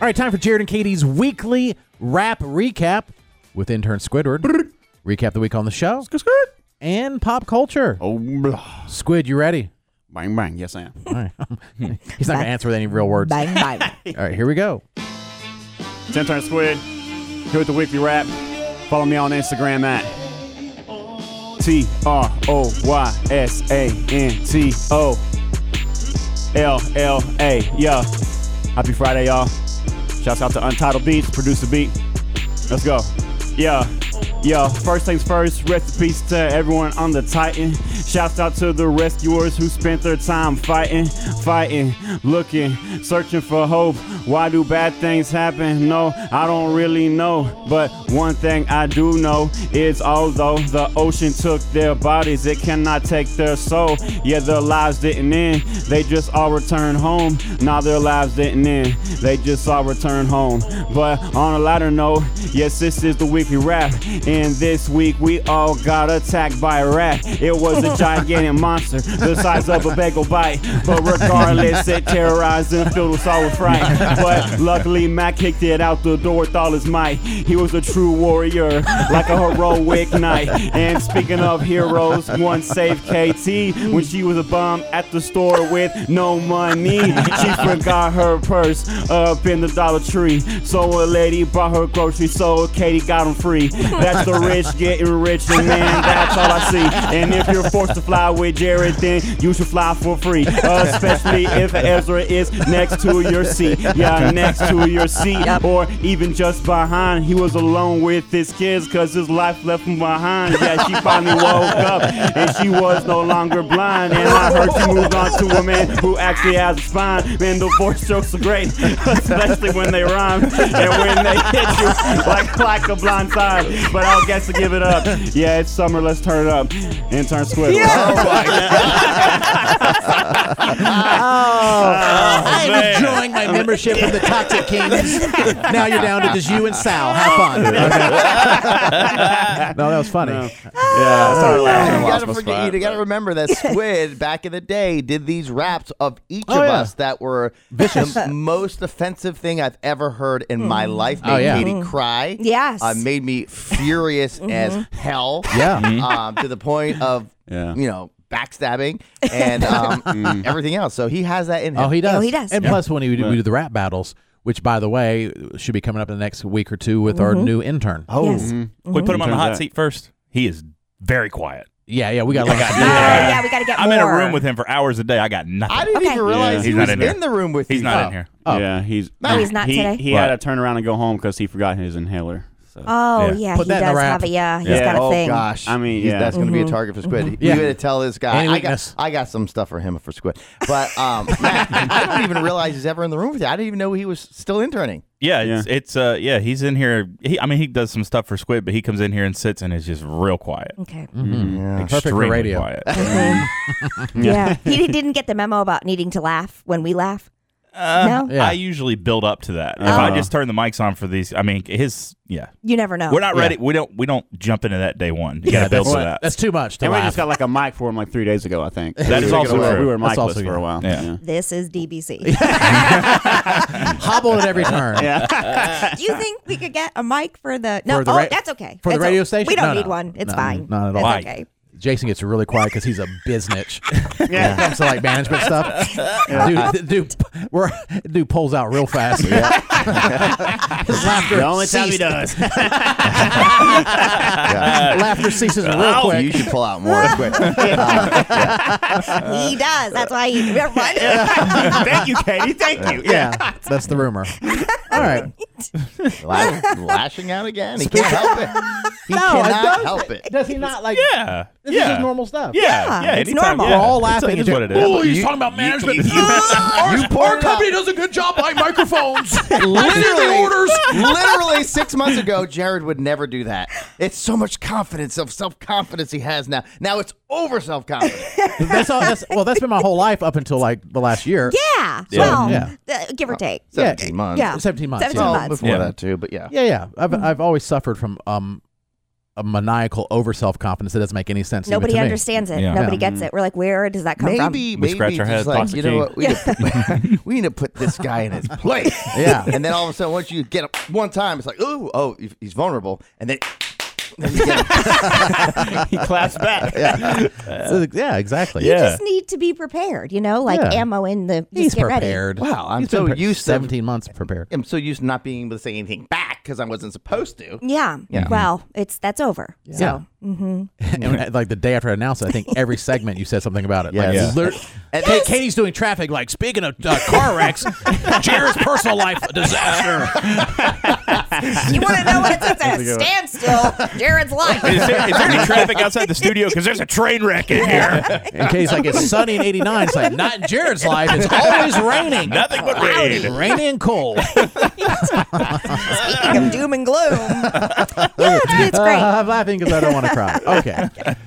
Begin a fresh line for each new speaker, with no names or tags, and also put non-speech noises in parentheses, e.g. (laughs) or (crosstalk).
All right, time for Jared and Katie's weekly rap recap with intern Squidward. recap the week on the show and pop culture.
Oh, blah.
Squid, you ready?
bang, bang. Yes, I am.
All right. (laughs) He's not going to answer with any real words.
Bang,
(laughs)
bang.
All right, here we go.
Oh.
It's Intern Squid here with the weekly wrap. Follow me on Instagram at T R O Y S A N T O L L A. Yeah. Happy Friday, y'all. Shouts out to Untitled Beats, produce the beat. Let's go. Yeah. Yeah, first things first, rest in peace to everyone on the Titan. Shouts out to the rescuers who spent their time fighting, fighting, looking, searching for hope. Why do bad things happen? No, I don't really know. But one thing I do know is although the ocean took their bodies, it cannot take their soul. Yeah, their lives didn't end, they just all returned home. Now their lives didn't end, they just all returned home. But on a lighter note, yes, this is the weekly wrap. And this week we all got attacked by a rat. It was a gigantic monster, the size of a bagel bite. But regardless, it terrorized and filled us all with fright. But luckily, Matt kicked it out the door with all his might. He was a true warrior, like a heroic knight. And speaking of heroes, one saved KT when she was a bum at the store with no money. She forgot her purse up in the Dollar Tree. So a lady bought her groceries, so Katie got them free. That's the rich getting rich, and man, that's all I see. And if you're forced to fly with Jared, then you should fly for free, especially if Ezra is next to your seat. Yeah, next to
(laughs)
your seat, or even just behind. He was alone with his kids because his life left him behind. Yeah,
(laughs)
she finally woke up, and she was no longer blind. And I heard she moved on to a man who actually has a spine. Man, the four strokes are great, (laughs) especially when they rhyme and when they hit you like like a blind side. But I'll guess to give it up. Yeah, it's summer. Let's turn it up. Intern Squid.
I'm
man.
enjoying my membership with the Toxic Kings. now you're down to just you and Sal. Have fun. no, that was funny.
Yeah, I started
Oh, you
laughing.
gotta forget. you gotta remember that Squid back in the day did these raps of each
Oh,
of
yeah.
us that were the most offensive thing I've ever heard in my life. Made
Oh, yeah.
Katie cry.
Hmm. Yes. Mm-hmm.
uh, made me
(laughs)
furious as hell.
Yeah.
um, to the point of
Yeah.
you know backstabbing and um, everything else. So he has that in him.
Oh, he does.
Oh, he does.
And
Yeah.
plus, when we do, we do the rap battles, which, by the way, should be coming up in the next week or two with
Mm-hmm.
our new intern.
Oh,
Yes.
We
Mm-hmm.
put him on the
Turns
hot
out-
seat first. He is very quiet.
Yeah, yeah, we got. Like,
Oh, yeah, we got to get
I'm
more.
in a room with him for hours a day. I got nothing.
I didn't
Okay.
even realize
Yeah,
he
he's not
was
in
in,
here.
the room with
He's
you.
not
Oh.
in here.
Yeah, he's
No, he's not
he,
today.
He
What?
had to turn around and go home because he forgot his inhaler. So.
Oh,
Yeah.
yeah,
Put
he
that in the
does
wrap.
have a, yeah, he's
Yeah.
got a
oh
thing.
gosh!
I mean,
He's-
yeah.
that's
Mm.
going to be a target for Squid.
Yeah.
You got to tell this guy.
Any
I
weakness.
got, I got some stuff for him for Squid. But um, (laughs) Matt, I don't even realize he's ever in the room with you. I didn't even know he was still interning.
Yeah, it's, it's uh, yeah, he's in here. He, I mean, he does some stuff for Squid, but he comes in here and sits and is just real quiet,
(laughs)
Okay.
Mm-hmm.
(laughs)
(laughs)
for
extremely
radio.
quiet.
Mhm. yeah. He didn't get the memo about needing to laugh when we laugh.
Uh,
No?
Yeah. Uh-huh.
I usually build up to that. If I just turn the mics on for these, I mean, his yeah,
You never know.
we're not ready. We don't we don't jump into that day one. You got to build to that.
That's too much. To
And we
laugh.
just got like a mic for him like three days ago, I think.
That is
We were-
also
we were,
true.
We were
That's also
micless for
good.
a while.
Yeah.
This is
(laughs)
DBC.
hobble at every turn.
Do you think we could get a mic for the? No,
For the
oh,
ra-
that's okay.
for the
That's
radio
o-
station?
we don't
No,
need
no.
one. It's
No,
fine.
not at
It's
all.
okay.
Jason gets really quiet because he's a biznitch. yeah, when it comes to like management stuff. Dude, dude, we're, dude pulls out real fast. (laughs) His laughter
The only time he
ceased. (laughs)
does.
(laughs)
laughter ceases real quick.
You should pull out more Squid. Uh,
He
Uh,
does. That's why he. (laughs) Never
(laughs)
mind.
Thank you, Katie. Thank you. Yeah.
(laughs) yeah, that's the rumor. All right.
lash- lashing out again. He can't help it. He cannot help it.
Does he not like?
yeah, yeah,
stuff.
Yeah,
Yeah,
yeah,
it's
anytime,
normal.
Yeah.
We're all
It's-
laughing.
It is
It's
what it
like,
is.
"Ooh, Oh, he's talking about management.
You poured out.
does a good job buying microphones.
Literally, literally six months ago, Jared would never do that. It's so much confidence of self confidence he has now. Now it's over self confidence.
that's all. That's, well, that's been my whole life up until like the last year.
Yeah. Well,
Yeah.
uh, give or take.
Yeah.
17 months.
Yeah.
17 months.
Seventeen
yeah.
Well,
months.
before
Yeah.
Hmm.
that too, but yeah.
Yeah, yeah. I've I've always suffered from um a maniacal over self confidence. It doesn't make any sense. even
Nobody
to me.
understands it.
Yeah.
Nobody gets it. We're like, where does that come from?
Maybe,
We
maybe
scratch our
just
heads,
like,
toss
you
the
know
key.
what? We, need to, we need to put (laughs) this guy in his place.
Yeah.
And then all of a sudden, once you get him one time, it's like, ooh, oh, he- he's vulnerable. And then, then you get him.
he claps
(laughs)
back.
Uh, yeah, exactly.
Yeah.
Yeah.
you just need to be prepared, you know, like
Yeah.
ammo in the. Just
He's
get
prepared.
Wow, I'm
He's been
so
pre-
used to-
17 months prepared.
I'm so used to not being able to say anything back because I wasn't supposed to.
ready. Yeah. Well, it's that's over. So mm-hmm.
(laughs) and like the day after I announced it, I think every segment you said something about it. Like,
Yes.
lit- (laughs)
And
Ka-
that's-
Katie's doing traffic. Like speaking of uh, car
(laughs)
wrecks, Jared's personal life a disaster.
you want to know what it's it's at a standstill? Jared's
Is
life.
there, is there any traffic outside the studio? Because there's a train wreck in here.
And Katie's like, it's sunny in '89. It's like not in Jared's life. It's always raining,
(laughs) Nothing but rain.
rainy and cold.
Speaking of doom and gloom, yeah, it's, it's great.
(laughs) I'm laughing because I don't want to cry. Okay.